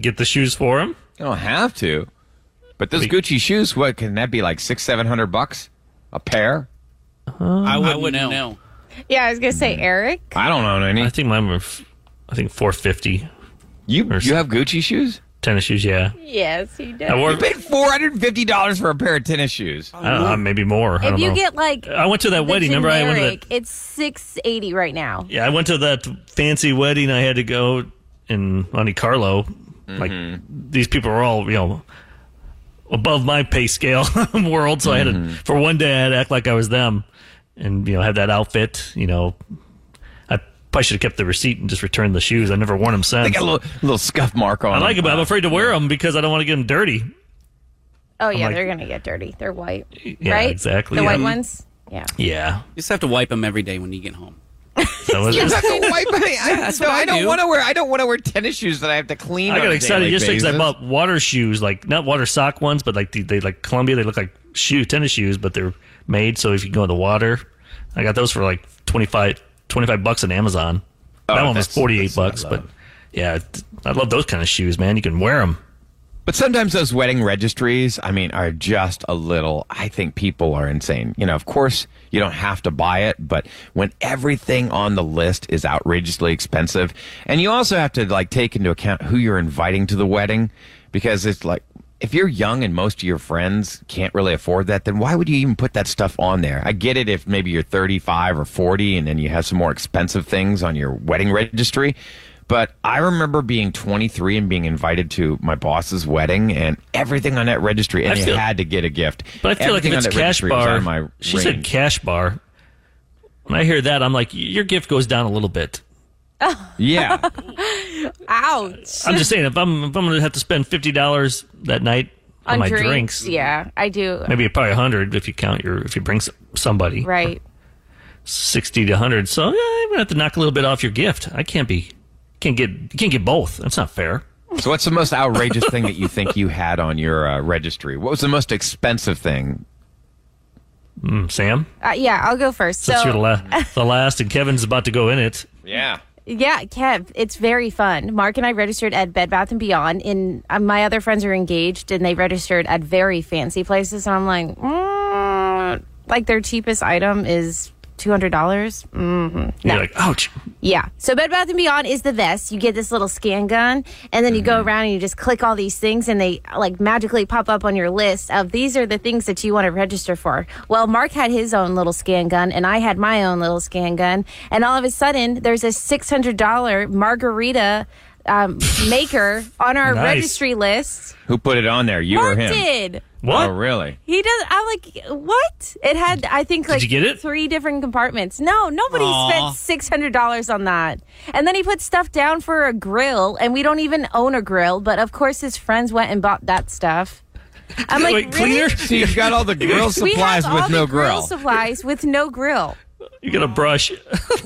get the shoes for him. You don't have to. But those Gucci shoes, what can that be like six, seven hundred bucks a pair? I wouldn't, I wouldn't know. Yeah, I was gonna say Eric. I don't own any. I think mine were, f- I think four fifty You or you have Gucci shoes? tennis shoes. Yeah, Yes, he did. I wore. You paid four hundred and fifty dollars for a pair of tennis shoes. I don't know, maybe more. I if don't you know. get like, I went to that the wedding. Remember, I went to generic, that. It's six eighty right now. Yeah, I went to that fancy wedding. I had to go in Monte Carlo. Mm-hmm. Like these people are all you know above my pay scale world. So I had Mm-hmm. to for one day I had to act like I was them, and you know have that outfit. You know, I probably should have kept the receipt and just returned the shoes. I never worn them since. They got a little, little scuff mark on. I like them. them, but I'm afraid to wear them because I don't want to get them dirty. Oh yeah, like- they're gonna get dirty. They're white, Yeah, right? exactly. The Yeah. white ones. Yeah. Yeah, You just have to wipe them every day when you get home. that was. You have to wipe it. I, no, what I I don't do. want to wear. I don't want to wear tennis shoes that I have to clean. I on got a excited daily yesterday because I basis. bought water shoes, like not water sock ones, but like the, they like Columbia. They look like shoe tennis shoes, but they're made so if you go in the water, I got those for like 25, 25 bucks on Amazon. that one was Oh, that's- forty eight that's what I bucks, but love. yeah, th- I love those kind of shoes, man. You can wear them. But sometimes those wedding registries, I mean, are just a little. I think people are insane. You know, of course, you don't have to buy it, but when everything on the list is outrageously expensive, and you also have to like take into account who you're inviting to the wedding, because it's like if you're young and most of your friends can't really afford that, then why would you even put that stuff on there? I get it if maybe you're 35 or 40 and then you have some more expensive things on your wedding registry. But I remember being 23 and being invited to my boss's wedding, and everything on that registry, and I you feel- had to get a gift. But I feel everything like if on it's that cash registry was out bar, of my she said range. cash bar. When I hear that, I'm like, your gift goes down a little bit. "Yeah, Ouch. I'm just saying, if I'm if I'm gonna have to spend fifty dollars that night on, my drinks, Yeah, I do. maybe probably hundred if you count your if you bring s- somebody, Right. 60 to 100 so yeah, i'm gonna have to knock a little bit off your gift i can't be can't get you can't get both that's not fair so what's the most outrageous thing that you think you had on your uh, registry? What was the most expensive thing? Hmm, sam Uh, yeah, I'll go first. since you're the, So la- the last and kevin's about to go in it Yeah, yeah, Kev, it's very fun. Mark and I registered at Bed Bath and Beyond, and uh, my other friends are engaged, and they registered at very fancy places. And I'm like, mm, like their cheapest item is two hundred dollars. you're like ouch Yeah. So Bed Bath and Beyond is the best. You get this little scan gun, and then you Mm-hmm. go around and you just click all these things, and they like magically pop up on your list of these are the things that you want to register for. Well, Mark had his own little scan gun, and I had my own little scan gun, and all of a sudden there's a six hundred dollar margarita um, maker on our Nice. registry list. who put it on there? You Mark or him? did. what Oh, really? He does. I'm like, what? It had, I think, like you get it? three different compartments. No, nobody Aw. spent six hundred dollars on that. And then he put stuff down for a grill, and we don't even own a grill. But of course, his friends went and bought that stuff. I'm like, Wait, really? cleaner So you've got all the grill We supplies have all with the no grill grill. supplies with no grill. you got a brush